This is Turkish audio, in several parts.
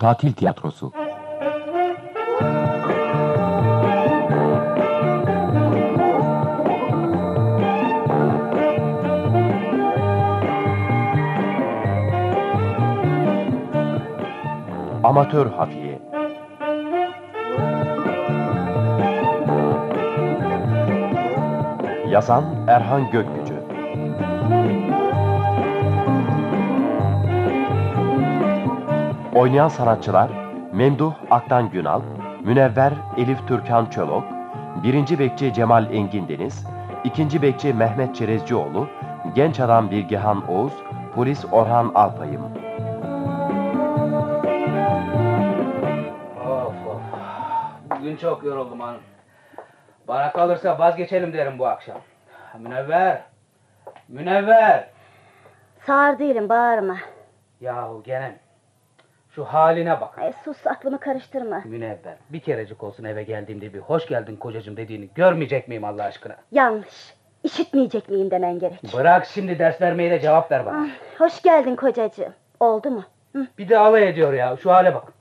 Tatil tiyatrosu. Amatör hafiye. Yazan Erhan Gökgücü. Oynayan sanatçılar Memduh Aktan Günal, Münevver Elif Türkan Çölok, 1. Bekçi Cemal Engin Deniz, 2. Bekçi Mehmet Çerezcioğlu, Genç Adam Bilgehan Oğuz, Polis Orhan Alpayım. Of of. Bugün çok yoruldum hanım. Bana kalırsa vazgeçelim derim bu akşam. Münevver. Münevver. Sağır değilim bağırma. Yahu gene. Şu haline bak. E, sus aklımı karıştırma. Münevver. Bir kerecik olsun eve geldiğimde bir hoş geldin kocacığım dediğini görmeyecek miyim Allah aşkına? Yanlış. İşitmeyecek miyim demen gerek. Bırak şimdi ders vermeyi de cevap ver bana. Ah, hoş geldin kocacığım. Oldu mu? Bir de alay ediyor ya. Şu hale bak.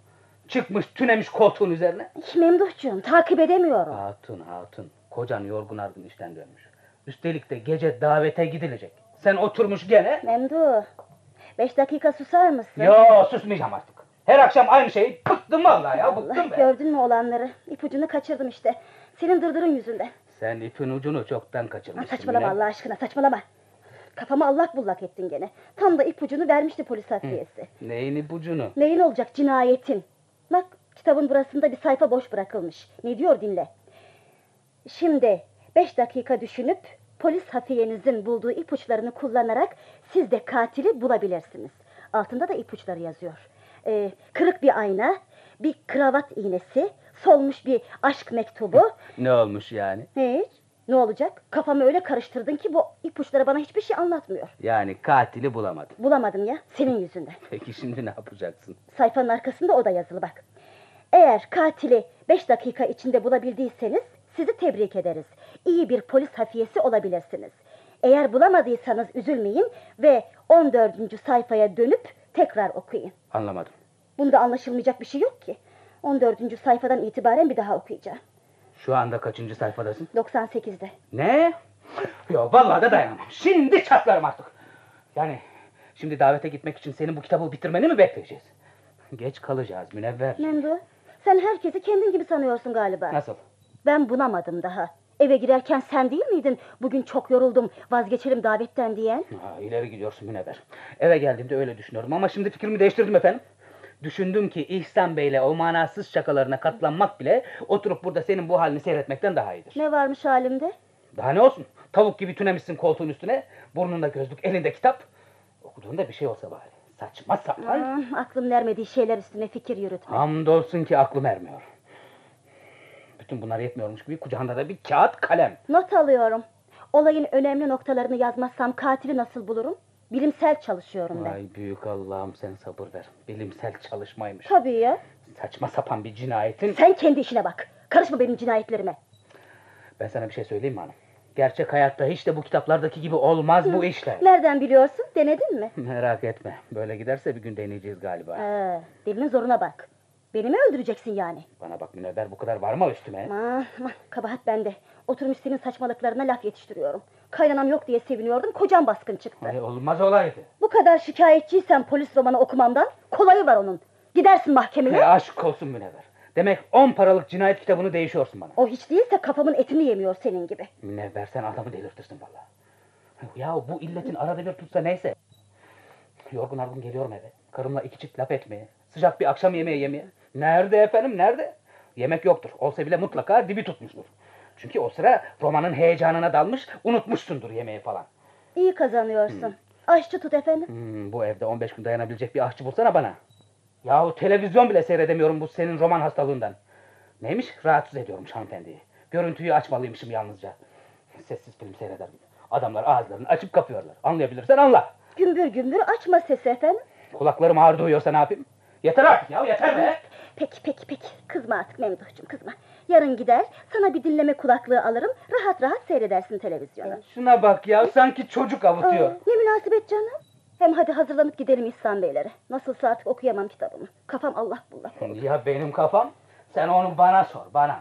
Çıkmış tünemiş koltuğun üzerine. Hiç Memduhcuğum takip edemiyorum. Hatun hatun. Kocan yorgun argın işten dönmüş. Üstelik de gece davete gidilecek. Sen oturmuş gene. Memduh. Beş dakika susar mısın? Yo susmayacağım artık. Her akşam aynı şeyi bıktım vallahi ya Allah, bıktım be. gördün mü olanları? İpucunu kaçırdım işte. Senin dırdırın yüzünden. Sen ipin ucunu çoktan Lan kaçırmışsın. saçmalama Mine. Allah aşkına saçmalama. Kafamı allak bullak ettin gene. Tam da ipucunu vermişti polis hasbiyesi. Neyin ipucunu? Neyin olacak cinayetin? Bak kitabın burasında bir sayfa boş bırakılmış. Ne diyor dinle. Şimdi beş dakika düşünüp polis hafiyenizin bulduğu ipuçlarını kullanarak siz de katili bulabilirsiniz. Altında da ipuçları yazıyor. Ee, kırık bir ayna, bir kravat iğnesi, solmuş bir aşk mektubu. Ne olmuş yani? Hiç. Ne olacak? Kafamı öyle karıştırdın ki bu ipuçları bana hiçbir şey anlatmıyor. Yani katili bulamadın. Bulamadım ya senin yüzünden. Peki şimdi ne yapacaksın? Sayfanın arkasında o da yazılı bak. Eğer katili 5 dakika içinde bulabildiyseniz sizi tebrik ederiz. İyi bir polis hafiyesi olabilirsiniz. Eğer bulamadıysanız üzülmeyin ve 14. sayfaya dönüp tekrar okuyun. Anlamadım. Bunda anlaşılmayacak bir şey yok ki. 14. sayfadan itibaren bir daha okuyacağım. Şu anda kaçıncı sayfadasın? 98'de. Ne? Yo vallahi da dayanamam. Şimdi çatlarım artık. Yani şimdi davete gitmek için senin bu kitabı bitirmeni mi bekleyeceğiz? Geç kalacağız münevver. Memdu, sen herkesi kendin gibi sanıyorsun galiba. Nasıl? Ben bunamadım daha. Eve girerken sen değil miydin? Bugün çok yoruldum, vazgeçelim davetten diyen. Ha, ileri gidiyorsun Münevver. Eve geldiğimde öyle düşünüyorum ama şimdi fikrimi değiştirdim efendim. Düşündüm ki İhsan Bey'le o manasız şakalarına katlanmak bile oturup burada senin bu halini seyretmekten daha iyidir. Ne varmış halimde? Daha ne olsun? Tavuk gibi tünemişsin koltuğun üstüne, burnunda gözlük, elinde kitap. Okuduğunda bir şey olsa bari. Saçma sapan. Aman, Ah, aklım ermediği şeyler üstüne fikir yürütme. Hamdolsun ki aklım ermiyor. Bütün bunlar yetmiyormuş gibi kucağında da bir kağıt kalem. Not alıyorum. Olayın önemli noktalarını yazmazsam katili nasıl bulurum? Bilimsel çalışıyorum ben. Ay büyük Allah'ım sen sabır ver. Bilimsel çalışmaymış. Tabii ya. Saçma sapan bir cinayetin Sen kendi işine bak. Karışma benim cinayetlerime. Ben sana bir şey söyleyeyim mi hanım? Gerçek hayatta hiç de bu kitaplardaki gibi olmaz bu işler. Nereden biliyorsun? Denedin mi? Merak etme. Böyle giderse bir gün deneyeceğiz galiba. Ee, dilinin zoruna bak. Beni mi öldüreceksin yani? Bana bak Münevver bu kadar varma üstüme. Aman, aman, kabahat bende. Oturmuş senin saçmalıklarına laf yetiştiriyorum. Kaynanam yok diye seviniyordum, kocam baskın çıktı. Ay, olmaz olaydı. Bu kadar şikayetçiysen polis romanı okumamdan kolayı var onun. Gidersin Ay, mahkemeye. aşk olsun Münevver. Demek 10 paralık cinayet kitabını değişiyorsun bana. O hiç değilse kafamın etini yemiyor senin gibi. Münevver sen adamı delirtirsin valla. Ya bu illetin arada bir tutsa neyse. Yorgun argın geliyorum eve. Karımla iki çift laf etmeye. Sıcak bir akşam yemeği yemeye. Nerede efendim nerede? Yemek yoktur. Olsa bile mutlaka dibi tutmuştur. Çünkü o sıra romanın heyecanına dalmış, unutmuşsundur yemeği falan. İyi kazanıyorsun. Aşçı tut efendim. Hmm, bu evde 15 gün dayanabilecek bir aşçı bulsana bana. Yahu televizyon bile seyredemiyorum bu senin roman hastalığından. Neymiş? Rahatsız ediyormuş hanımefendiyi. Görüntüyü açmalıymışım yalnızca. Sessiz film seyrederim. Adamlar ağızlarını açıp kapıyorlar. Anlayabilirsen anla. Gümbür gümbür açma sesi efendim. Kulaklarım ağrı duyuyorsa ne yapayım? Yeter artık ya yeter be. Peki peki peki. Kızma artık Memduh'cum kızma. Yarın gider sana bir dinleme kulaklığı alırım. Rahat rahat seyredersin televizyonu. Şuna bak ya sanki çocuk Aa, avutuyor. ne münasebet canım. Hem hadi hazırlanıp gidelim İhsan Beylere. Nasılsa artık okuyamam kitabımı. Kafam Allah bullak. Ya benim kafam? Sen onu bana sor, bana.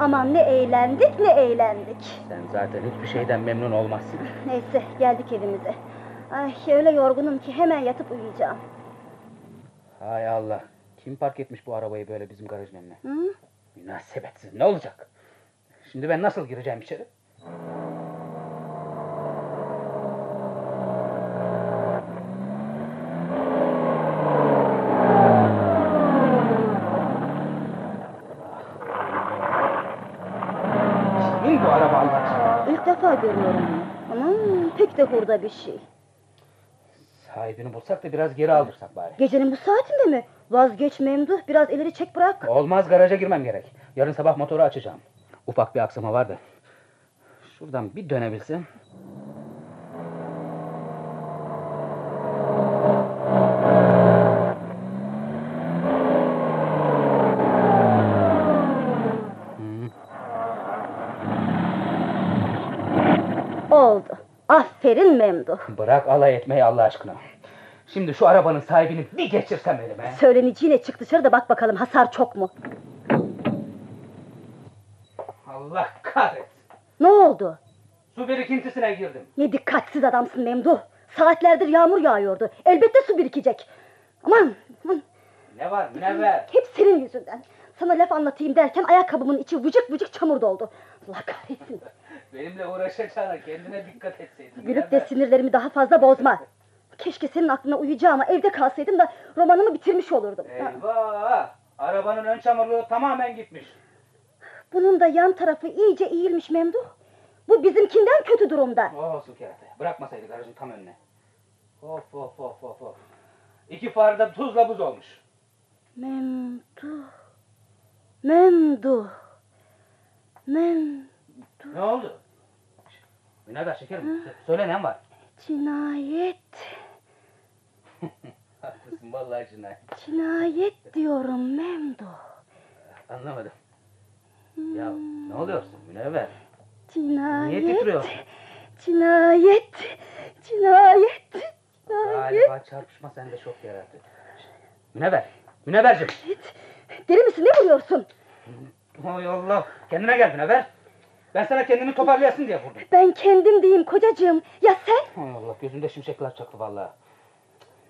Aman ne eğlendik ne eğlendik. Sen zaten hiçbir şeyden memnun olmazsın. Neyse geldik evimize. Ay öyle yorgunum ki hemen yatıp uyuyacağım. Hay Allah. Kim park etmiş bu arabayı böyle bizim garajın önüne? Hı? Münasebetsiz ne olacak? Şimdi ben nasıl gireceğim içeri? Kimin bu araba Allah aşkına? İlk defa görüyorum bunu. Aman pek de hurda bir şey. Sahibini bulsak da biraz geri aldırsak bari. Gecenin bu saatinde mi? Vazgeç memduh biraz ileri çek bırak. Olmaz garaja girmem gerek. Yarın sabah motoru açacağım. Ufak bir aksama vardı. Şuradan bir dönebilsem. Oldu. Aferin memduh. Bırak alay etmeyi Allah aşkına. Şimdi şu arabanın sahibini bir geçirsem elime. Söyleniciyle çık dışarı da bak bakalım hasar çok mu? Allah kahretsin. Ne oldu? Su birikintisine girdim. Ne dikkatsiz adamsın memduh. Saatlerdir yağmur yağıyordu. Elbette su birikecek. Aman, aman Ne var münevver? hep senin yüzünden. Sana laf anlatayım derken ayakkabımın içi vıcık vıcık çamur doldu. Allah kahretsin. Benimle uğraşacağına kendine dikkat etseydin. Gülüp de sinirlerimi daha fazla bozma. Keşke senin aklına uyacağıma evde kalsaydım da romanımı bitirmiş olurdum. Ha, Eyvah! Arabanın ön çamurluğu tamamen gitmiş. Bunun da yan tarafı iyice eğilmiş Memduh. Bu bizimkinden kötü durumda. Oh su kerate. Bırakmasaydı garajın tam önüne. Of of of of of. İki fare de tuzla buz olmuş. Memduh. Memduh. Mem Ne oldu? Münevver şekerim. Söyle ne var? cinayet. Haklısın vallahi cinayet. Cinayet diyorum Memduh. Hmm, Anlamadım. Ya ne oluyorsun Münevver? Niye Cinayet. titriyorsun? Cinayet. Cinayet. Cinayet. Galiba çarpışma sende şok yarattı. Münevver. Münevverciğim. Deli misin ne vuruyorsun? Oy Allah. Kendine gel Münevver. Ben sana kendini toparlayasın diye vurdum. Ben kendim diyeyim kocacığım. Ya sen? Oy Allah gözümde şimşekler çaktı vallahi.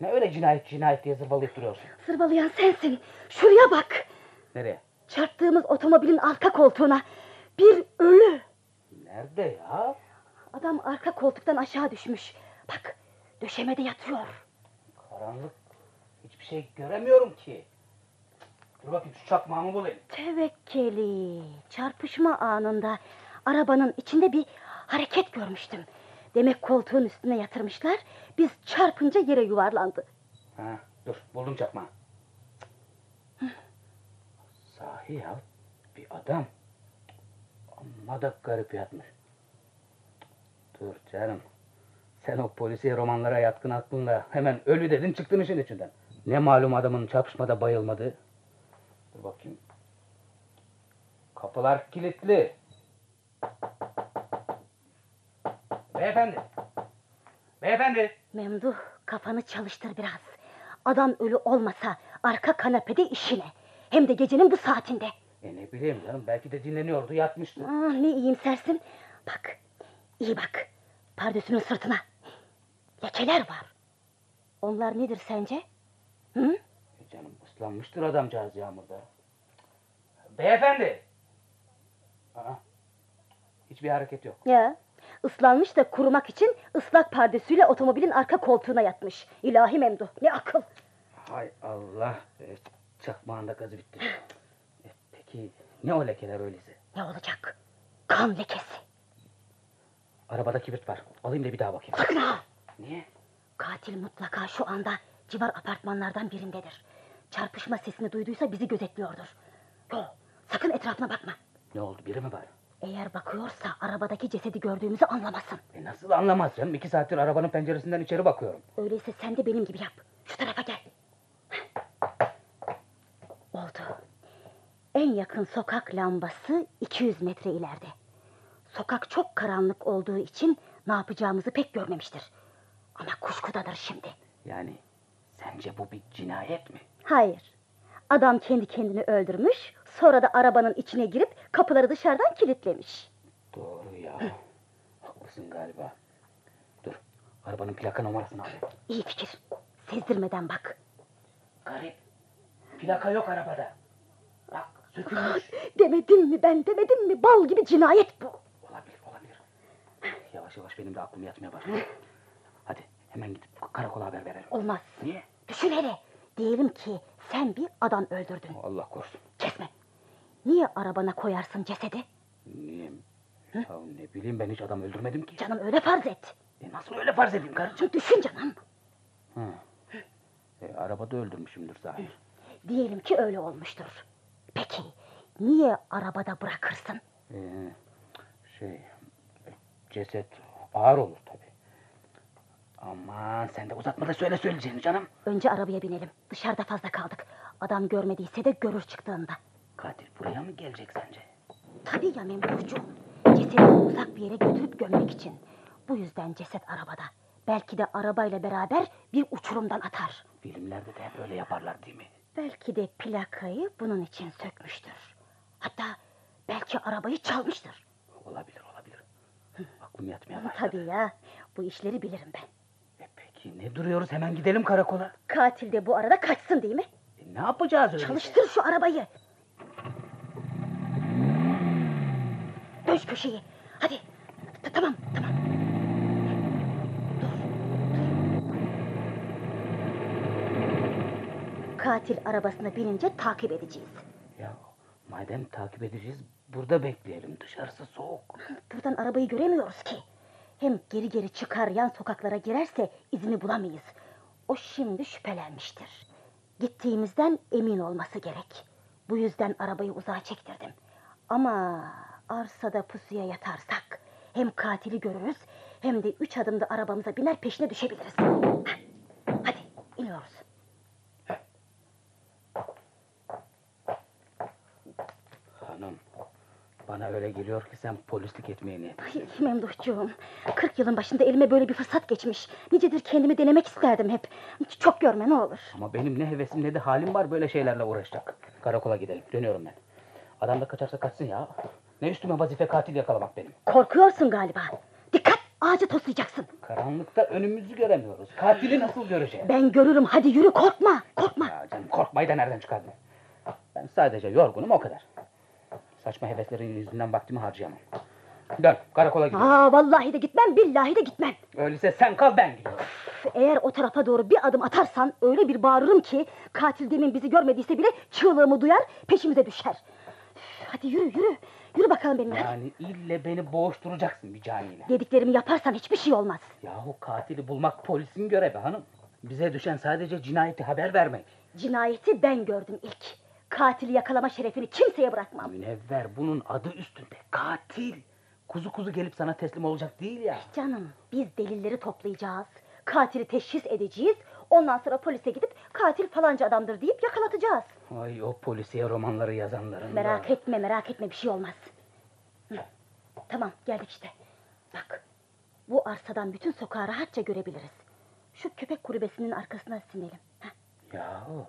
Ne öyle cinayet cinayet diye zırvalayıp duruyorsun? Sırmalayan sensin. Şuraya bak. Nereye? Çarptığımız otomobilin arka koltuğuna. Bir ölü. Nerede ya? Adam arka koltuktan aşağı düşmüş. Bak döşemede yatıyor. Karanlık. Hiçbir şey göremiyorum ki. Dur bakayım şu çakmağımı bulayım. Tevekkeli. Çarpışma anında arabanın içinde bir hareket görmüştüm. Demek koltuğun üstüne yatırmışlar. Biz çarpınca yere yuvarlandı. Ha, dur buldum çakmağı. Sahi ya bir adam. Amma da garip yatmış. Dur canım. Sen o polisiye romanlara yatkın aklınla hemen ölü dedin çıktın işin içinden. Ne malum adamın çarpışmada bayılmadı. Dur bakayım. Kapılar kilitli. Beyefendi. Beyefendi. Memduh kafanı çalıştır biraz. Adam ölü olmasa arka kanepede işine. Hem de gecenin bu saatinde. E ne bileyim canım belki de dinleniyordu yatmıştı. Ah, ne iyimsersin. Bak, iyi bak. Pardesünün sırtına. Lekeler var. Onlar nedir sence? Hı? E canım ıslanmıştır adamcağız yağmurda. Beyefendi. Aa, hiçbir hareket yok. Ya. Islanmış da kurumak için ıslak pardesüyle otomobilin arka koltuğuna yatmış. İlahi memduh, ne akıl. Hay Allah. E, çakmağında gazı bitti. E, peki ne o lekeler öyleyse? Ne olacak? Kan lekesi. Arabada kibrit var. Alayım da bir daha bakayım. Sakın ha! Niye? Katil mutlaka şu anda civar apartmanlardan birindedir. Çarpışma sesini duyduysa bizi gözetliyordur. Yok, sakın etrafına bakma. Ne oldu biri mi var? Eğer bakıyorsa arabadaki cesedi gördüğümüzü anlamasın. E, nasıl anlamaz canım? İki saattir arabanın penceresinden içeri bakıyorum. Öyleyse sen de benim gibi yap. Şu tarafa gel. En yakın sokak lambası 200 metre ileride. Sokak çok karanlık olduğu için ne yapacağımızı pek görmemiştir. Ama kuşkudadır şimdi. Yani sence bu bir cinayet mi? Hayır. Adam kendi kendini öldürmüş, sonra da arabanın içine girip kapıları dışarıdan kilitlemiş. Doğru ya. Haklısın galiba. Dur. Arabanın plaka numarasını al. İyi fikir. Sezdirmeden bak. Garip. Plaka yok arabada. Bak sökülmüş. Demedim mi ben demedim mi? Bal gibi cinayet bu. olabilir olabilir. Yavaş yavaş benim de aklım yatmaya başladı. Hadi hemen gidip karakola haber verelim. Olmaz. Niye? Düşün hele. Diyelim ki sen bir adam öldürdün. Allah korusun. Kesme. Niye arabana koyarsın cesedi? Niye? Ya ne bileyim ben hiç adam öldürmedim ki. Canım öyle farz et. E nasıl öyle farz edeyim karıcığım? Şimdi düşün canım. E, arabada öldürmüşümdür sahi. Diyelim ki öyle olmuştur. Peki niye arabada bırakırsın? Ee, şey, e, ceset ağır olur tabii. Aman sen de uzatma da söyle söyleyeceğini canım. Önce arabaya binelim. Dışarıda fazla kaldık. Adam görmediyse de görür çıktığında. Katil buraya mı gelecek sence? Tabii ya memurcu. Cesedi uzak bir yere götürüp gömmek için. Bu yüzden ceset arabada. Belki de arabayla beraber bir uçurumdan atar. Filmlerde de hep öyle yaparlar değil mi? Belki de plakayı bunun için sökmüştür. Hatta belki arabayı çalmıştır. Olabilir olabilir. Aklım yatmaya başladı. Tabii ya. Bu işleri bilirim ben. E peki ne duruyoruz hemen gidelim karakola. Katil de bu arada kaçsın değil mi? E, ne yapacağız öyleyse? Çalıştır şu arabayı. Döş köşeyi. Hadi. Ta- tamam, tamam. Dur, dur. Katil arabasına binince takip edeceğiz. Ya madem takip edeceğiz burada bekleyelim. Dışarısı soğuk. Buradan arabayı göremiyoruz ki. Hem geri geri çıkar yan sokaklara girerse izini bulamayız. O şimdi şüphelenmiştir. Gittiğimizden emin olması gerek. Bu yüzden arabayı uzağa çektirdim. Ama arsada pusuya yatarsak hem katili görürüz hem de üç adımda arabamıza biner peşine düşebiliriz. Hah, Hadi iniyoruz. Hanım bana öyle geliyor ki sen polislik etmeye niyet. Ay, Memduhcuğum, 40 yılın başında elime böyle bir fırsat geçmiş. Nicedir kendimi denemek isterdim hep. Çok görme ne olur. Ama benim ne hevesim ne de halim var böyle şeylerle uğraşacak. Karakola gidelim. Dönüyorum ben. Adam da kaçarsa kaçsın ya. Ne üstüme vazife katil yakalamak benim. Korkuyorsun galiba. Dikkat ağaca toslayacaksın. Karanlıkta önümüzü göremiyoruz. Katili nasıl göreceğiz? Ben görürüm hadi yürü korkma korkma. Ya canım korkmayı da nereden çıkardın? Ben sadece yorgunum o kadar. Saçma heveslerin yüzünden vaktimi harcayamam. Dön karakola gidelim. Aa vallahi de gitmem billahi de gitmem. Öyleyse sen kal ben gidiyorum. Üf, Eğer o tarafa doğru bir adım atarsan öyle bir bağırırım ki katil demin bizi görmediyse bile çığlığımı duyar peşimize düşer. Üf, Hadi yürü yürü. Yürü bakalım benimle. hadi. Yani ille beni boğuşturacaksın bir caniyle. Dediklerimi yaparsan hiçbir şey olmaz. Yahu katili bulmak polisin görevi hanım. Bize düşen sadece cinayeti haber vermek. Cinayeti ben gördüm ilk. Katili yakalama şerefini kimseye bırakmam. Münevver bunun adı üstünde katil. Kuzu kuzu gelip sana teslim olacak değil ya. Canım biz delilleri toplayacağız. Katili teşhis edeceğiz. Ondan sonra polise gidip katil falanca adamdır deyip yakalatacağız. Ay o polisiye romanları yazanların da. Merak etme merak etme bir şey olmaz. Hı. Tamam geldik işte. Bak bu arsadan bütün sokağı rahatça görebiliriz. Şu köpek kulübesinin arkasına sinelim. Heh, Yahu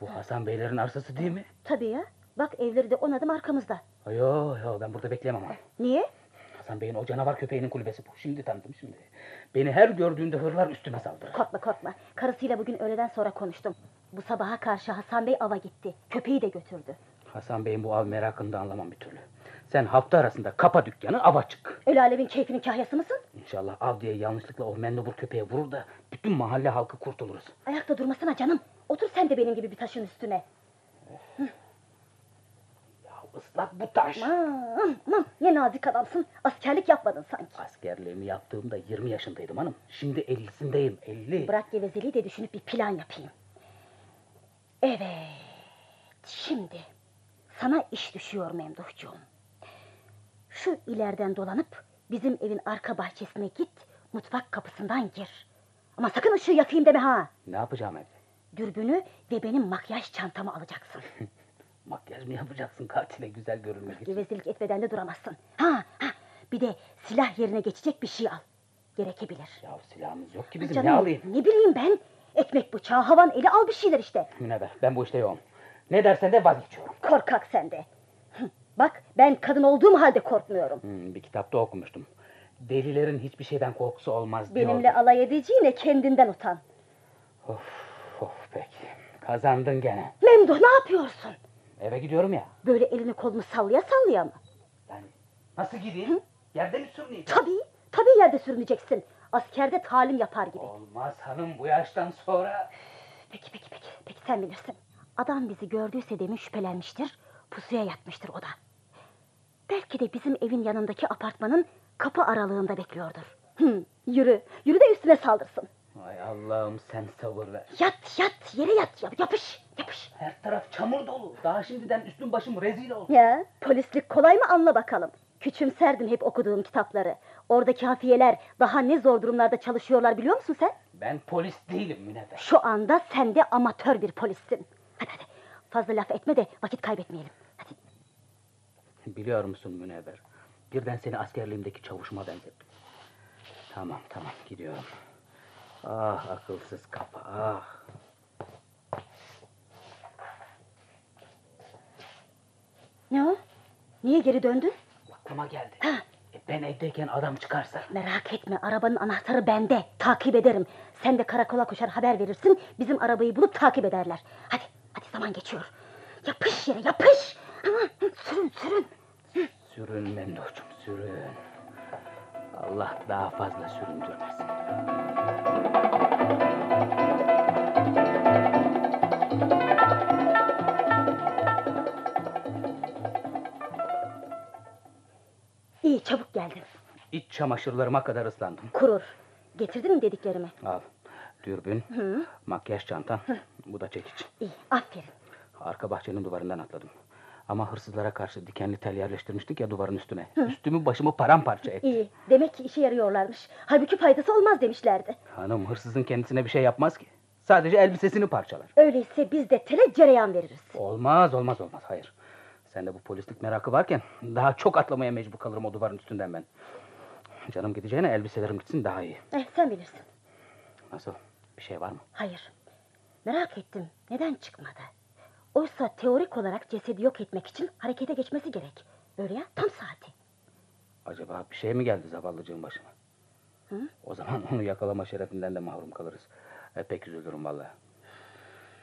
bu Hasan Beylerin arsası değil mi? tabii ya. Bak evleri de on adım arkamızda. Yo yo ben burada bekleyemem ama. Niye? Hasan Bey'in o canavar köpeğinin kulübesi bu. Şimdi tanıdım şimdi. Beni her gördüğünde hırlar üstüme saldırır. Korkma korkma. Karısıyla bugün öğleden sonra konuştum. Bu sabaha karşı Hasan Bey ava gitti. Köpeği de götürdü. Hasan Bey'in bu av merakını da anlamam bir türlü. Sen hafta arasında kapa dükkanı ava çık. El alemin keyfinin kahyası mısın? İnşallah av diye yanlışlıkla o mendebur köpeğe vurur da bütün mahalle halkı kurtuluruz. Ayakta durmasana canım. Otur sen de benim gibi bir taşın üstüne. Ya ıslak bu taş. Aman aman ne nazik adamsın. Askerlik yapmadın sanki. Askerliğimi yaptığımda 20 yaşındaydım hanım. Şimdi 50'sindeyim 50. Bırak gevezeliği de düşünüp bir plan yapayım. Evet. Şimdi sana iş düşüyor Memduhcuğum. Şu ileriden dolanıp bizim evin arka bahçesine git. Mutfak kapısından gir. Ama sakın ışığı yakayım deme ha. Ne yapacağım evde? Dürbünü ve benim makyaj çantamı alacaksın. Makyaj mı yapacaksın katile güzel görünmek için? Gevezelik etmeden de duramazsın. Ha, ha. Bir de silah yerine geçecek bir şey al. Gerekebilir. Ya silahımız yok ki bizim Canım, ne alayım? Ne bileyim ben. Ekmek bıçağı, havan eli al bir şeyler işte. Münevver ben bu işte yoğum. Ne dersen de vazgeçiyorum. Korkak sen de. Hı, Bak ben kadın olduğum halde korkmuyorum. Hmm, bir kitapta okumuştum. Delilerin hiçbir şeyden korkusu olmaz diyor. Benimle alay edeceğine kendinden utan. Of of peki. Kazandın gene. Memduh ne yapıyorsun? Eve gidiyorum ya. Böyle elini kolunu sallaya sallaya mı? Yani nasıl gideyim? Yerde mi sürüneyim? Tabii, tabii yerde sürüneceksin. Askerde talim yapar gibi. Olmaz hanım bu yaştan sonra. Peki, peki, peki. Peki sen bilirsin. Adam bizi gördüyse demin şüphelenmiştir. Pusuya yatmıştır o da. Belki de bizim evin yanındaki apartmanın kapı aralığında bekliyordur. Hı, yürü, yürü de üstüne saldırsın. Ay Allah'ım sen sabır ver. Yat, yat, yere yat, yap- yapış, yapış. Her taraf çamur dolu. Daha şimdiden üstüm başım rezil oldu. Ya, polislik kolay mı anla bakalım. Küçümserdim hep okuduğum kitapları. Oradaki hafiyeler daha ne zor durumlarda çalışıyorlar biliyor musun sen? Ben polis değilim Münevver. Şu anda sen de amatör bir polissin. Hadi hadi, fazla laf etme de vakit kaybetmeyelim. Hadi. Biliyor musun Münevver? Birden seni askerliğimdeki çavuşuma benzettim. Tamam tamam gidiyorum. Ah akılsız kapı ah. Ne o? Niye geri döndün? Aklıma geldi. Ha. E, ben evdeyken adam çıkarsa. Merak etme, arabanın anahtarı bende. Takip ederim. Sen de karakola koşar haber verirsin. Bizim arabayı bulup takip ederler. Hadi, hadi zaman geçiyor. Yapış yere, yapış. Hı, hı, Sürün, sürün. Sürün Memduh'cum sürün. Allah daha fazla süründürmesin. İyi, çabuk geldin. İç çamaşırlarıma kadar ıslandım. Kurur. Getirdin mi dediklerimi? Al. Dürbün, makyaj çantan, bu da çekiç. İyi, aferin. Arka bahçenin duvarından atladım. Ama hırsızlara karşı dikenli tel yerleştirmiştik ya duvarın üstüne. Üstümü başımı paramparça etti. İyi. Demek ki işe yarıyorlarmış. Halbuki faydası olmaz demişlerdi. Hanım hırsızın kendisine bir şey yapmaz ki. Sadece elbisesini parçalar. Öyleyse biz de tele cereyan veririz. Olmaz olmaz olmaz hayır. Sende bu polislik merakı varken daha çok atlamaya mecbur kalırım o duvarın üstünden ben. Canım gideceğine elbiselerim gitsin daha iyi. Eh, sen bilirsin. Nasıl? Bir şey var mı? Hayır. Merak ettim. Neden çıkmadı? Oysa teorik olarak cesedi yok etmek için harekete geçmesi gerek. Böyle ya tam saati. Acaba bir şey mi geldi zavallıcığın başına? Hı? O zaman onu yakalama şerefinden de mahrum kalırız. E, pek üzülürüm vallahi.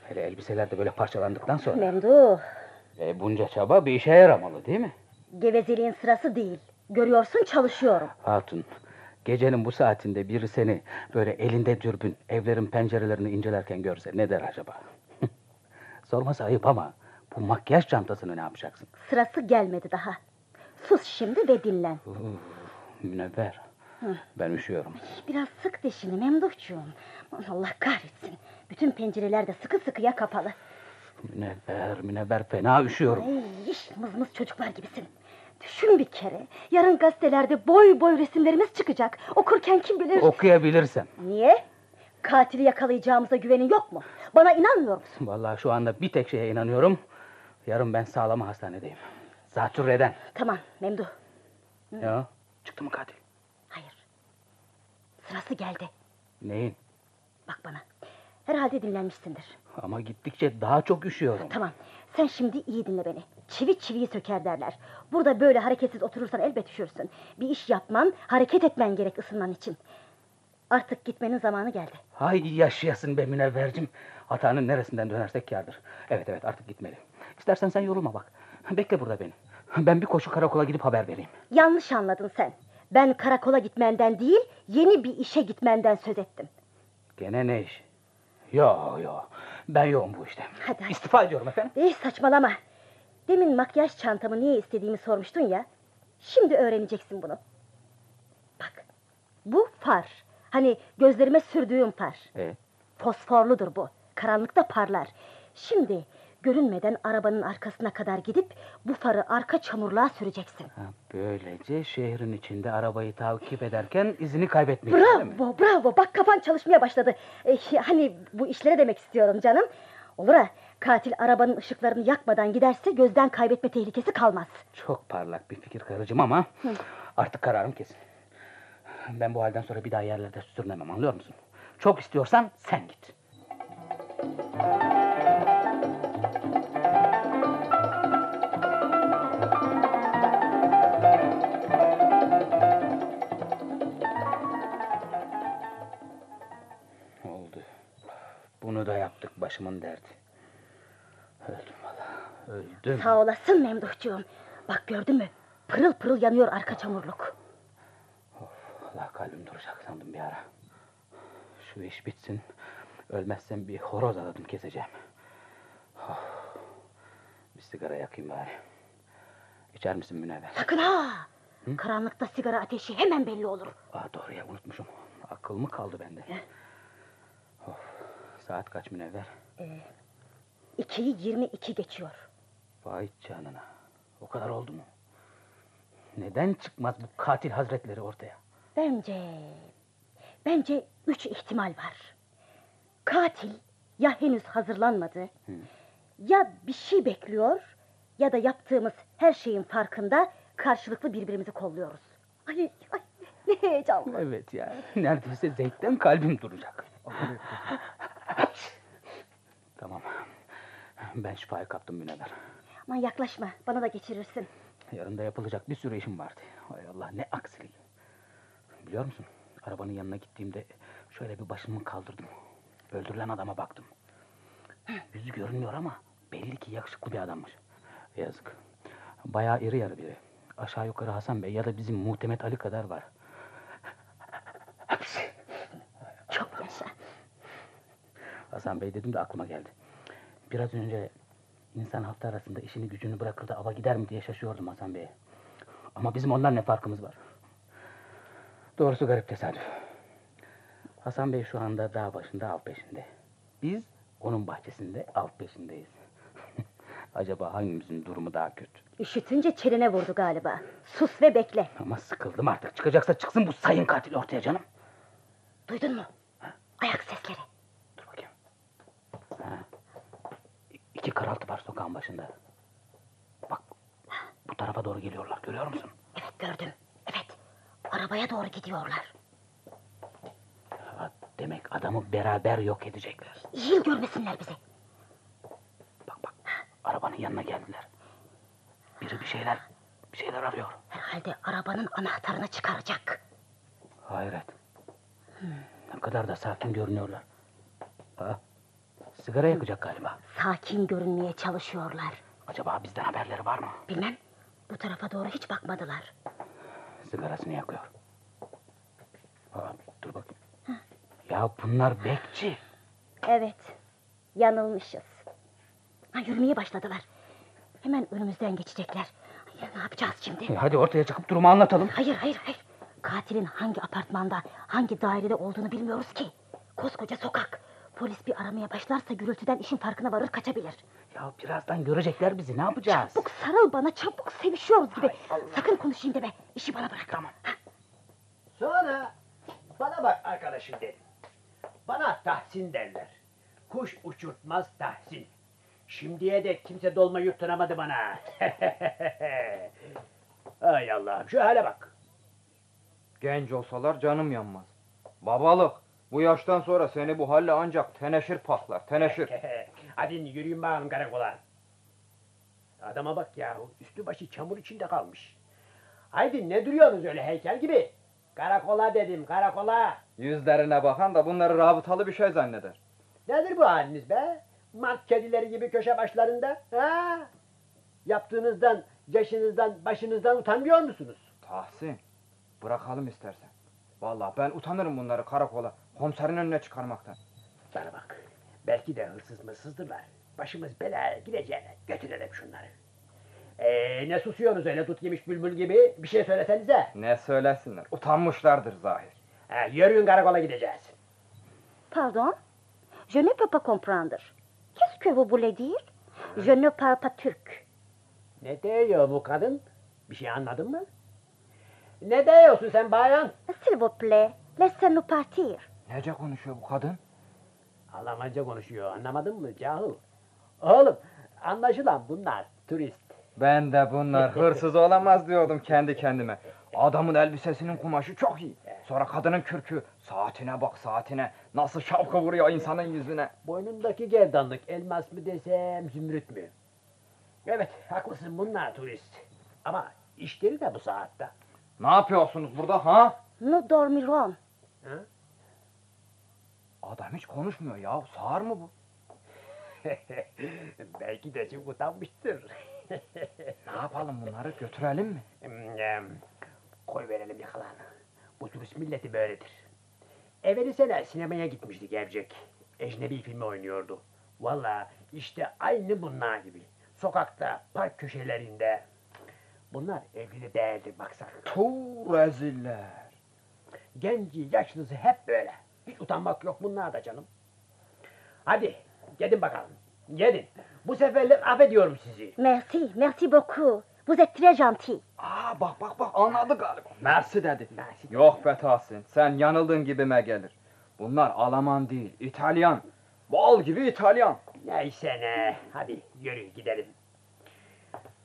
Hele elbiseler de böyle parçalandıktan sonra. Memduh. E, bunca çaba bir işe yaramalı değil mi? Gevezeliğin sırası değil. Görüyorsun çalışıyorum. Hatun, gecenin bu saatinde biri seni böyle elinde dürbün evlerin pencerelerini incelerken görse ne der acaba? Sorması ayıp ama bu makyaj çantasını ne yapacaksın? Sırası gelmedi daha. Sus şimdi ve dinlen. Uf, münevver. Ben üşüyorum. Biraz sık dişini Memduhcuğum. Aman Allah kahretsin. Bütün pencereler de sıkı sıkıya kapalı. Münevver, münevver fena üşüyorum. Ay, iş mızmız çocuklar gibisin. Düşün bir kere. Yarın gazetelerde boy boy resimlerimiz çıkacak. Okurken kim bilir... Okuyabilirsem. Niye? Katili yakalayacağımıza güvenin yok mu? Bana inanmıyor musun? Vallahi şu anda bir tek şeye inanıyorum. Yarın ben sağlama hastanedeyim. Zatürreden. Tamam Memduh. Ne o? Çıktı mı katil? Hayır. Sırası geldi. Neyin? Bak bana. Herhalde dinlenmişsindir. Ama gittikçe daha çok üşüyorum. Tamam. Sen şimdi iyi dinle beni. Çivi çiviyi söker derler. Burada böyle hareketsiz oturursan elbet üşürsün. Bir iş yapman, hareket etmen gerek ısınman için. Artık gitmenin zamanı geldi. Hay yaşayasın be münevvercim. Hatanın neresinden dönersek kârdır. Evet evet artık gitmeli. İstersen sen yorulma bak. Bekle burada beni. Ben bir koşu karakola gidip haber vereyim. Yanlış anladın sen. Ben karakola gitmenden değil, yeni bir işe gitmenden söz ettim. Gene ne iş? Yo yo. Ben yoğun bu işte. Hadi, hadi. İstifa ediyorum efendim. Eh saçmalama. Demin makyaj çantamı niye istediğimi sormuştun ya. Şimdi öğreneceksin bunu. Bak. Bu far. Hani gözlerime sürdüğüm far. E? Fosforludur bu. Karanlıkta parlar. Şimdi görünmeden arabanın arkasına kadar gidip bu farı arka çamurluğa süreceksin. Ha, böylece şehrin içinde arabayı takip ederken izini kaybetmeyeceğim. değil mi? Bravo, bravo. Bak kafan çalışmaya başladı. Eh, hani bu işlere demek istiyorum canım. Olur ha, katil arabanın ışıklarını yakmadan giderse gözden kaybetme tehlikesi kalmaz. Çok parlak bir fikir karıcığım ama artık kararım kesin. Ben bu halden sonra bir daha yerlerde sürünemem anlıyor musun? Çok istiyorsan sen git. Oldu. Bunu da yaptık başımın derdi. Öldüm valla. Öldüm. Sağ olasın Memduhcuğum. Bak gördün mü? Pırıl pırıl yanıyor arka çamurluk. Allah kalbim duracak sandım bir ara. Şu iş bitsin. Ölmezsem bir horoz adadım keseceğim. Oh. Bir sigara yakayım bari. İçer misin Münevver? Sakın ha! Karanlıkta sigara ateşi hemen belli olur. Aa, doğru ya unutmuşum. Akıl mı kaldı bende? Of. Saat kaç Münevver? 2'yi 22 geçiyor. Vay canına. O kadar oldu mu? Neden çıkmaz bu katil hazretleri ortaya? Bence... Bence üç ihtimal var. Katil ya henüz hazırlanmadı... ...ya bir şey bekliyor... ...ya da yaptığımız her şeyin farkında... ...karşılıklı birbirimizi kolluyoruz. Ay, ay ne heyecanlı. Evet ya. Neredeyse zevkten kalbim duracak. tamam. Ben şifayı kaptım Münevver. Aman yaklaşma bana da geçirirsin. Yarın da yapılacak bir sürü işim vardı. Hay Allah ne aksilik. Biliyor musun? Arabanın yanına gittiğimde şöyle bir başımı kaldırdım. Öldürülen adama baktım. Yüzü görünmüyor ama belli ki yakışıklı bir adammış. Yazık. Bayağı iri yarı biri. Aşağı yukarı Hasan Bey ya da bizim Muhtemet Ali kadar var. Çok yaşa. Hasan Bey dedim de aklıma geldi. Biraz önce insan hafta arasında işini gücünü bırakır da ava gider mi diye şaşıyordum Hasan Bey'e. Ama bizim ondan ne farkımız var? Doğrusu garip tesadüf. Hasan Bey şu anda dağ başında av peşinde. Biz onun bahçesinde av peşindeyiz. Acaba hangimizin durumu daha kötü? Üşütünce çenene vurdu galiba. Sus ve bekle. Ama sıkıldım artık. Çıkacaksa çıksın bu sayın katil ortaya canım. Duydun mu? Ayak sesleri. Dur bakayım. Ha. İ- İki karaltı var sokağın başında. Bak bu tarafa doğru geliyorlar görüyor musun? Evet gördüm. Evet. Arabaya doğru gidiyorlar. Ha, demek adamı beraber yok edecekler. İyi görmesinler bizi. Bak bak arabanın yanına geldiler. Biri bir şeyler bir şeyler arıyor. Herhalde arabanın anahtarını çıkaracak. Hayret. Hmm. Ne kadar da sakin görünüyorlar. Ha? Sigara yakacak galiba. Sakin görünmeye çalışıyorlar. Acaba bizden haberleri var mı? Bilmem. Bu tarafa doğru hiç bakmadılar. Sigarasını yakıyor. Aa, dur bakayım. Ya bunlar bekçi. Evet. Yanılmışız. Ha, yürümeye başladılar. Hemen önümüzden geçecekler. Ay, ne yapacağız E, şimdi? hadi ortaya çıkıp durumu anlatalım. Hayır hayır hayır. Katilin hangi apartmanda, hangi dairede olduğunu bilmiyoruz ki. Koskoca sokak. Polis bir aramaya başlarsa gürültüden işin farkına varır kaçabilir. Ya birazdan görecekler bizi ne yapacağız? Çabuk sarıl bana çabuk sevişiyoruz gibi. Hay Allah. Sakın konuşayım deme. İşi bana bırak. Tamam. Sonra bana bak arkadaşım dedim. Bana Tahsin derler. Kuş uçurtmaz Tahsin. Şimdiye dek kimse dolma yutturamadı bana. Ay Allah'ım şu hale bak. Genç olsalar canım yanmaz. Babalık, bu yaştan sonra seni bu halle ancak teneşir patlar, teneşir. Hadi yürüyün bakalım karakola. Adama bak ya. Üstü başı çamur içinde kalmış. Haydi ne duruyorsunuz öyle heykel gibi? Karakola dedim karakola. Yüzlerine bakan da bunları rabıtalı bir şey zanneder. Nedir bu haliniz be? Mart kedileri gibi köşe başlarında. Ha? Yaptığınızdan, yaşınızdan, başınızdan utanmıyor musunuz? Tahsin, bırakalım istersen. Vallahi ben utanırım bunları karakola, komiserin önüne çıkarmaktan. Bana bak. Belki de hırsız mırsızdırlar. Başımız belaya gireceğine götürelim şunları. Ee, ne susuyorsunuz öyle tut yemiş bülbül gibi? Bir şey söylesenize. Ne söylesinler, utanmışlardır zahir. Ha, yürüyün karakola gideceğiz. Pardon? Je ne peux pas comprendre. Qu'est-ce que vous voulez dire? Je ne parle pas Türk. Ne diyor bu kadın? Bir şey anladın mı? Ne diyorsun sen bayan? S'il vous plaît, laissez-nous partir. Nece konuşuyor bu kadın? Almanca konuşuyor anlamadın mı cahil? Oğlum anlaşılan bunlar turist. Ben de bunlar hırsız olamaz diyordum kendi kendime. Adamın elbisesinin kumaşı çok iyi. Sonra kadının kürkü. Saatine bak saatine. Nasıl şapka vuruyor insanın yüzüne. Boynundaki gerdanlık elmas mı desem zümrüt mü? Evet haklısın bunlar turist. Ama işleri de bu saatte. Ne yapıyorsunuz burada ha? No dormiron. Adam hiç konuşmuyor ya. Sağır mı bu? Belki de çok utanmıştır. Ne yapalım bunları götürelim mi? Hmm, Koy verelim yakalarını. Bu turist milleti böyledir. Evveli sene sinemaya gitmiştik Evcek. Ecnebi filmi oynuyordu. Valla işte aynı bunlar gibi. Sokakta, park köşelerinde. Bunlar evli değerli baksak. Tuh reziller. Genci, yaşlısı hep böyle. Hiç utanmak yok bunlarda canım. Hadi gelin bakalım. Gelin. Bu seferlik affediyorum sizi. Merci, merci beaucoup. Vous êtes très gentil. Aa bak bak bak anladı galiba. Mersi dedi. Mersi. Yok be Tahsin sen yanıldın gibime gelir. Bunlar Alman değil İtalyan. Bal gibi İtalyan. Neyse ne. Hadi yürü gidelim.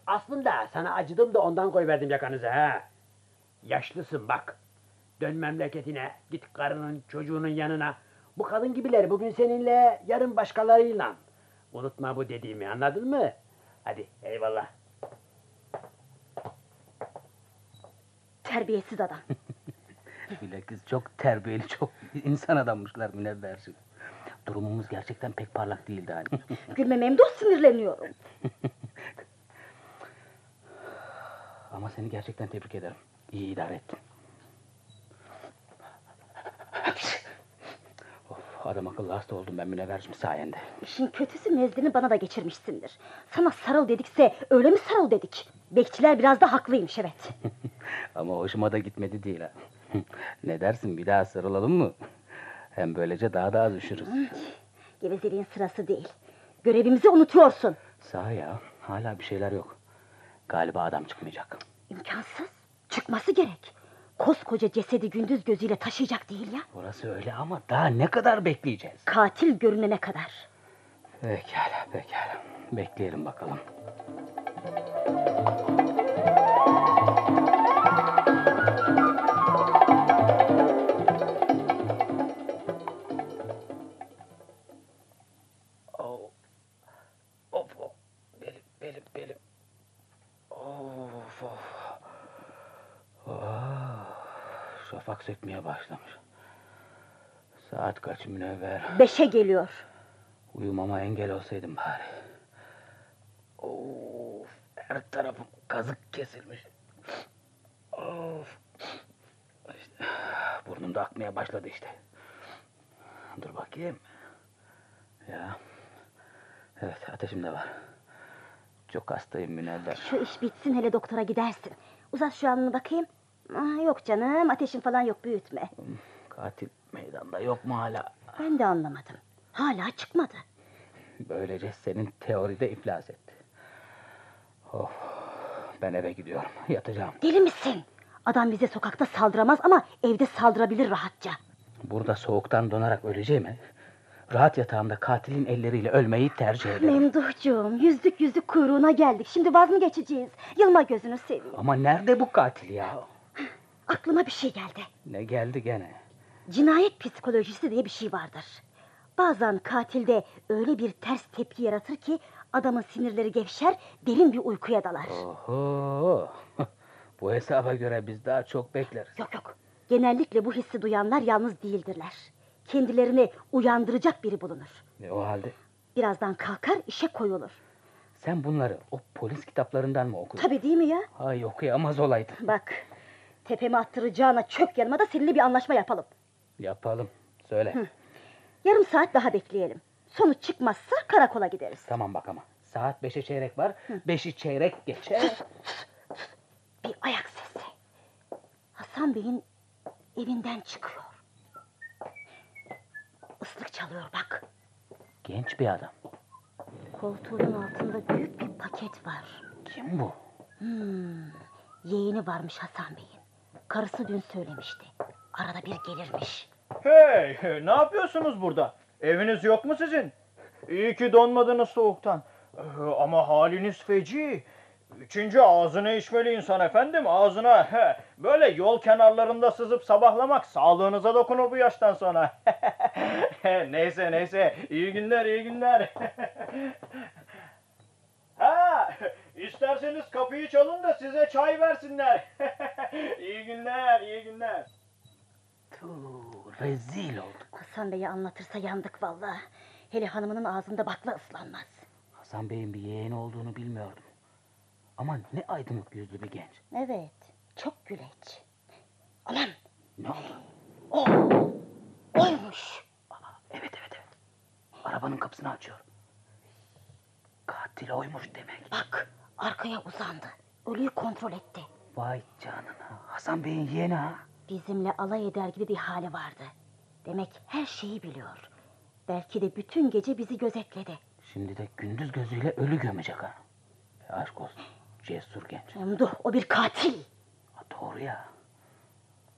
Aslında sana acıdım da ondan koyverdim yakanızı ha. Yaşlısın bak. Dön memleketine, git karının çocuğunun yanına. Bu kadın gibiler bugün seninle, yarın başkalarıyla. Unutma bu dediğimi anladın mı? Hadi eyvallah. Terbiyesiz adam. Bile kız çok terbiyeli, çok insan adammışlar münevversin. Durumumuz gerçekten pek parlak değildi hani. Gülme Memduh sinirleniyorum. Ama seni gerçekten tebrik ederim. İyi idare ettin. of, adam akıllı hasta oldum ben münevvercim sayende. İşin kötüsü nezdini bana da geçirmişsindir. Sana sarıl dedikse öyle mi sarıl dedik? Bekçiler biraz da haklıymış evet. Ama hoşuma da gitmedi değil ha. ne dersin bir daha sarılalım mı? Hem böylece daha da az üşürüz. Gevezeliğin sırası değil. Görevimizi unutuyorsun. Sahi ya hala bir şeyler yok. Galiba adam çıkmayacak. İmkansız. Çıkması gerek. Koskoca cesedi gündüz gözüyle taşıyacak değil ya. Orası öyle ama daha ne kadar bekleyeceğiz? Katil görünene kadar. Pekala pekala. Bekleyelim bakalım. Oh. Of, of. Belim, belim, belim. Of, of. Oh. Şafak sökmeye başlamış. Saat kaç münevver? Beşe geliyor. Uyumama engel olsaydım bari. Of, her tarafım kazık kesilmiş. Of. İşte, burnumda akmaya başladı işte. Dur bakayım. Ya. Evet, ateşim de var. Çok hastayım Münevver. Şu iş bitsin hele doktora gidersin. Uzat şu anını bakayım. Aa, yok canım ateşin falan yok büyütme. Katil meydanda yok mu hala? Ben de anlamadım. Hala çıkmadı. Böylece senin teoride iflas etti. Of. Ben eve gidiyorum. Yatacağım. Deli misin? Adam bize sokakta saldıramaz ama evde saldırabilir rahatça. Burada soğuktan donarak öleceğime rahat yatağımda katilin elleriyle ölmeyi tercih ederim. Memduhcuğum yüzlük yüzlük kuyruğuna geldik. Şimdi vaz mı geçeceğiz? Yılma gözünü seveyim. Ama nerede bu katil ya? Aklıma bir şey geldi. Ne geldi gene? Cinayet psikolojisi diye bir şey vardır. Bazen katilde öyle bir ters tepki yaratır ki adamın sinirleri gevşer, derin bir uykuya dalar. Oho. Bu hesaba göre biz daha çok bekleriz. Yok yok. Genellikle bu hissi duyanlar yalnız değildirler. Kendilerini uyandıracak biri bulunur. E, O halde Birazdan kalkar işe koyulur. sen bunları o polis kitaplarından mı okudun? Tabii değil mi ya? Ay okuyamaz olaydın. Bak tepemi attıracağına çök yanıma da seninle bir anlaşma yapalım. Yapalım. Söyle. Yarım saat daha bekleyelim. Sonuç çıkmazsa karakola gideriz. Tamam bak ama. Saat beşe çeyrek var. Beşi çeyrek geçe. Bir ayak sesi. Hasan Bey'in evinden çıkıyor. Islık çalıyor bak. Genç bir adam. Koltuğunun altında büyük bir paket var. Kim bu? Yeğeni varmış Hasan Bey'in. Karısı dün söylemişti. Arada bir gelirmiş. Hey ne yapıyorsunuz burada? Eviniz yok mu sizin? İyi ki donmadınız soğuktan. Ee, Ama haliniz feci. Üçüncü ağzını içmeli insan efendim ağzına. He, Böyle yol kenarlarında sızıp sabahlamak sağlığınıza dokunur bu yaştan sonra. Eh, neyse neyse iyi günler iyi günler. ha, isterseniz kapıyı çalın da size çay versinler. iyi günler iyi günler. Tuh, rezil olduk. Hasan Bey'e anlatırsa yandık vallahi. Hele hanımının ağzında bakla ıslanmaz. Hasan Bey'in bir yeğeni olduğunu bilmiyordum. Ama ne aydınlık yüzlü bir genç. Evet, çok güleç. Aman, Ne oldu? oymuş. Evet evet evet. Arabanın kapısını açıyor. Katil oymuş demek. Bak, arkaya uzandı. Ölüyü kontrol etti. Vay canına. Hasan Bey'in yeğeni ha. Bizimle alay eder gibi bir hali vardı. Demek her şeyi biliyor. Belki de bütün gece bizi gözetledi. Şimdi de gündüz gözüyle ölü gömecek ha. E, aşk olsun. Cesur genç. Memduh, o bir katil. Ha, doğru ya.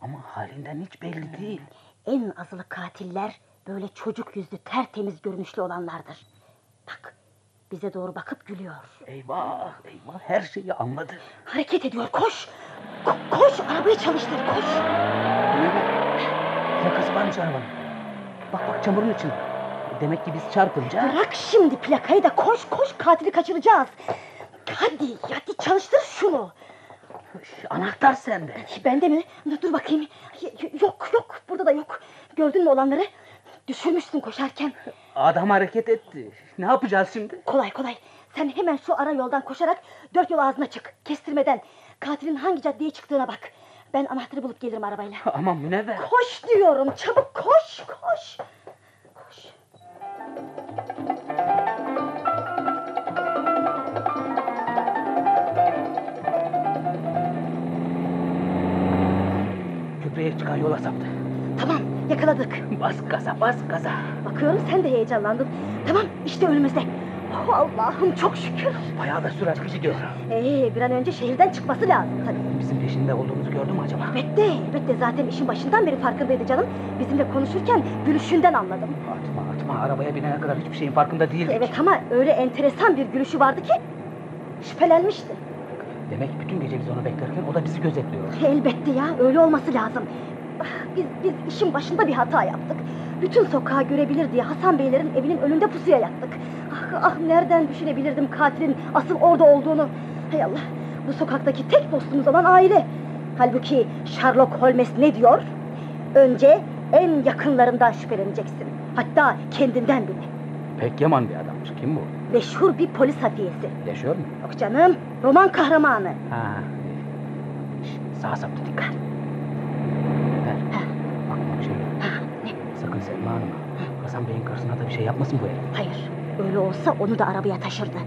Ama halinden hiç belli değil. En azılı katiller böyle çocuk yüzlü tertemiz görünüşlü olanlardır. Bak, bize doğru bakıp gülüyor. Eyvah eyvah her şeyi anladı. Hareket ediyor, koş! Ko- koş, arabayı çalıştır, koş! Plakası varmış arabanın. Bak bak çamurun içinde. Demek ki biz çarpınca... Bırak şimdi plakayı da koş koş katili kaçıracağız. Hadi hadi çalıştır şunu. Anahtar sende. Bende mi? Dur, dur bakayım. Y- y- Yok yok burada da yok. Gördün mü olanları? Düşürmüşsün koşarken. Adam hareket etti. Ne yapacağız şimdi? Kolay kolay. Sen hemen şu ara yoldan koşarak dört yol ağzına çık. Kestirmeden. Katilin hangi caddeye çıktığına bak. Ben anahtarı bulup gelirim arabayla. Ama münevver. Koş diyorum çabuk koş koş. Koş. Köprüye çıkan yola saptı. Tamam yakaladık. Bas gaza bas gaza. Bakıyorum sen de heyecanlandın. Tamam işte önümüzde. Oh, Allah'ım çok şükür. Bayağı da sürat gidiyor. Ee, bir an önce şehirden çıkması lazım tabii. Bizim peşinde olduğumuzu gördü mü acaba? Elbette, elbette zaten işin başından beri farkındaydı canım. Bizimle konuşurken gülüşünden anladım. Atma atma arabaya binene kadar hiçbir şeyin farkında değildik. Evet ama öyle enteresan bir gülüşü vardı ki şüphelenmişti. Demek bütün gece biz onu beklerken o da bizi gözetliyor. Elbette ya, öyle olması lazım. Ah, Biz, biz işin başında bir hata yaptık. Bütün sokağı görebilir diye Hasan Beylerin evinin önünde pusuya yattık. Ah, ah nereden düşünebilirdim katilin asıl orada olduğunu. Hay Allah, bu sokaktaki tek dostumuz olan aile. Halbuki Sherlock Holmes ne diyor? Önce en yakınlarından şüpheleneceksin. Hatta kendinden bile. Pek yaman bir adammış. Kim bu? Meşhur bir polis hafiyesi. Yaşıyor mu? Yok canım, roman kahramanı. Ha. Şş, Sağa saptı dikkat. Ver. Bakma bir şey yok. Ha, ne? Sakın Selma Hanım'a. Hasan Bey'in karşısına da bir şey yapmasın bu herif. Hayır, öyle olsa onu da arabaya taşırdı.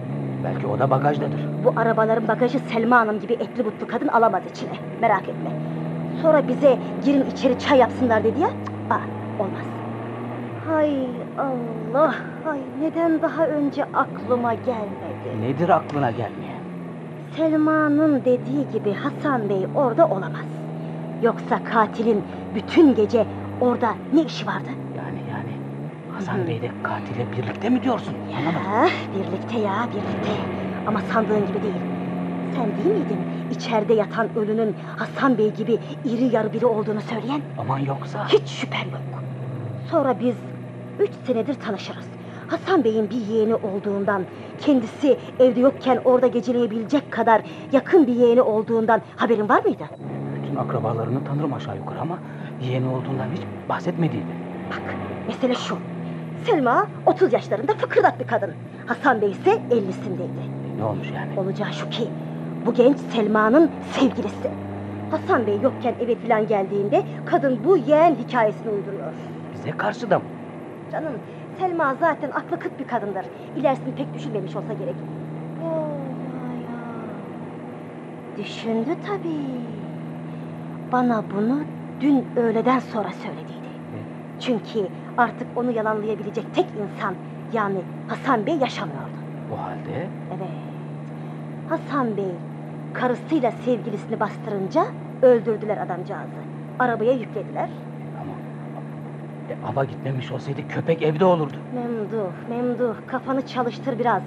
Belki o da bagajdadır. Bu arabaların bagajı Selma Hanım gibi etli butlu kadın alamaz içine. Merak etme. Sonra bize girin içeri çay yapsınlar dedi ya. Aa, olmaz. Hay Allah. Hay neden daha önce aklıma gelmedi? Nedir aklına gelmeyen? Selma'nın dediği gibi Hasan Bey orada olamaz. Yoksa katilin bütün gece orada ne işi vardı? Yani yani Hı hı. Hasan Bey de katile birlikte mi diyorsun? Anlamadım. Ha, Ah, birlikte ya birlikte. Ama sandığın gibi değil. Sen değil miydin içeride yatan ölünün Hasan Bey gibi iri yarı biri olduğunu söyleyen? Aman yoksa. Hiç şüphem yok. Sonra biz üç senedir tanışırız. Hasan Bey'in bir yeğeni olduğundan, kendisi evde yokken orada geceleyebilecek kadar yakın bir yeğeni olduğundan haberin var mıydı? Bütün akrabalarını tanırım aşağı yukarı ama yeğeni olduğundan hiç bahsetmediydi. Bak, mesele şu. Selma 30 yaşlarında fıkırdak bir kadın. Hasan Bey ise 50'sindeydi. E, Ne olmuş yani? Olacağı şu ki bu genç Selma'nın sevgilisi. Hasan Bey yokken eve filan geldiğinde kadın bu yeğen hikayesini uyduruyor. Bize karşı da mı? Canım Selma zaten aklı kıt bir kadındır. İlerisini pek düşünmemiş olsa gerek. Vay ya. Düşündü tabii. Bana bunu dün öğleden sonra söylediydi. Çünkü artık onu yalanlayabilecek tek insan yani Hasan Bey yaşamıyordu. O halde Evet. Hasan Bey karısıyla sevgilisini bastırınca öldürdüler adamcağızı. Arabaya yüklediler. ama E, ava gitmemiş olsaydı köpek evde olurdu. Memduh, Memduh kafanı çalıştır biraz.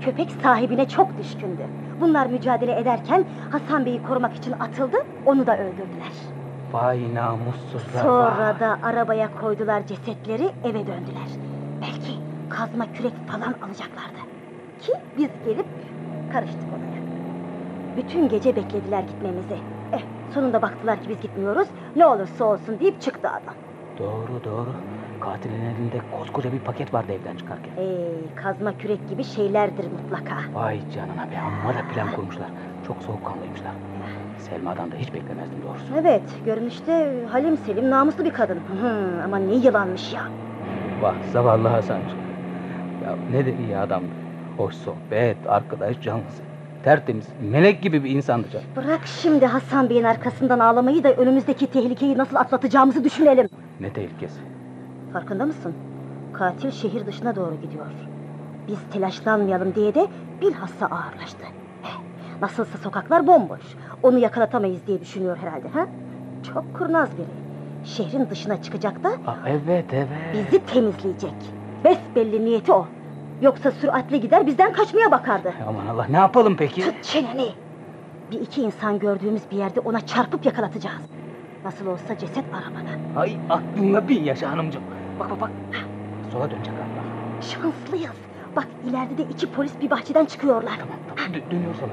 Köpek sahibine çok düşkündü. Bunlar mücadele ederken Hasan Bey'i korumak için atıldı, onu da öldürdüler. Vay namussuzlar. Sonra vay. da arabaya koydular cesetleri, eve döndüler. Belki kazma kürek falan alacaklardı. Ki biz gelip karıştık olaya. Bütün gece beklediler gitmemizi. Eh, sonunda baktılar ki biz gitmiyoruz. Ne olursa olsun deyip çıktı adam. Doğru doğru. Katilin elinde koskoca bir paket vardı evden çıkarken. Ey, kazma kürek gibi şeylerdir mutlaka. Vay canına be amma da plan kurmuşlar. Çok soğukkanlıymışlar. Selma'dan da hiç beklemezdim doğrusu. Evet, görünüşte Halim Selim namuslu bir kadın. Hı, ama ne yılanmış ya. Vah zavallı Hasancık. Ya ne de iyi adamdı. Hoş sohbet, arkadaş canlısı. Tertemiz, melek gibi bir insandı canım. Bırak şimdi Hasan Bey'in arkasından ağlamayı da önümüzdeki tehlikeyi nasıl atlatacağımızı düşünelim. Ne tehlikesi. Farkında mısın? Katil şehir dışına doğru gidiyor. Biz telaşlanmayalım diye de bilhassa ağırlaştı. Heh, Nasılsa sokaklar bomboş. Onu yakalatamayız diye düşünüyor herhalde. Ha? Çok kurnaz biri. Şehrin dışına çıkacak da Aa, evet evet. bizi temizleyecek. Besbelli niyeti o. Yoksa süratle gider bizden kaçmaya bakardı. Aman Allah ne yapalım peki? Tut çeneni. Bir iki insan gördüğümüz bir yerde ona çarpıp yakalatacağız. Nasıl olsa ceset arabada. Ay aklınla bin yaşa hanımcığım. Bak bak bak. Hah, Sola dönecek galiba. Şanslıyız. Bak ileride de iki polis bir bahçeden çıkıyorlar. Tamam tamam dö- dönüyor sola.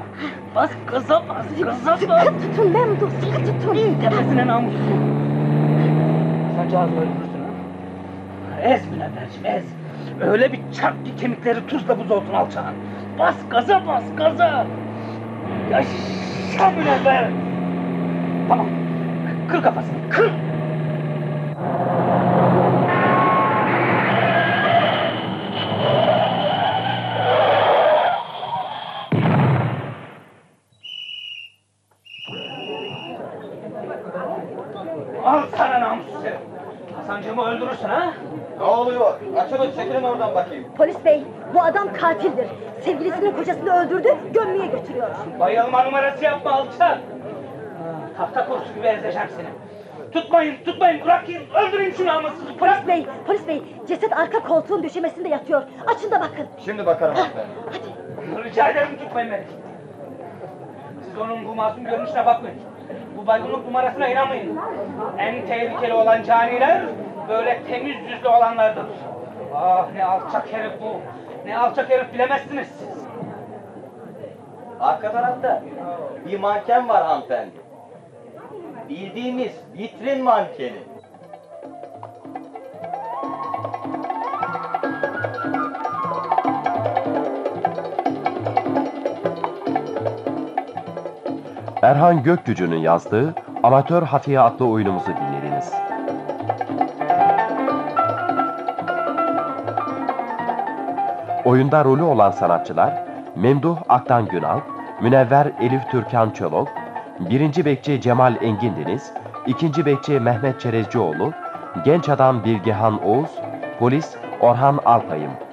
Bas gaza bas gaza bas. Sıkı tutun Memduh, sıkı tutun. Tepesine namus. Saçağız öldürürsün ha. Ez münefercim ez. Öyle bir çarp ki kemikleri tuzla buz olsun alçağın. Bas gaza bas gaza. Yaşa münefer. Tamam. Kır kafasını kır. Al sana namussuz herif. Hasancığımı öldürürsün ha. Ne oluyor? Açılın çekilin oradan bakayım. Polis bey, bu adam katildir. Sevgilisinin kocasını öldürdü, gömmeye götürüyor. Bayılma numarası yapma alçak. Tahta kurusu gibi ezeceğim seni. Tutmayın, tutmayın, bırakın. Öldürün şu namussuzu, bırak. Polis bey, polis bey, ceset arka koltuğun döşemesinde yatıyor. Açın da bakın. Şimdi bakarım hanımefendi. Rica ederim tutmayın beni. Siz onun bu masum görünüşüne bakmayın. Bu baygınlık numarasına inanmayın. En tehlikeli olan caniler böyle temiz yüzlü olanlardır. Ah ne alçak herif bu. Ne alçak herif bilemezsiniz siz. Arka tarafta bir manken var hanımefendi. Bildiğimiz vitrin mankeni. Erhan Gökgücü'nün yazdığı Amatör Hafiye adlı oyunumuzu dinlediniz. Oyunda rolü olan sanatçılar Memduh Aktan Günal, Münevver Elif Türkan Çolok, 1. Bekçi Cemal Engin Deniz, 2. Bekçi Mehmet Çerezcioğlu, Genç Adam Bilgehan Oğuz, Polis Orhan Alpayım.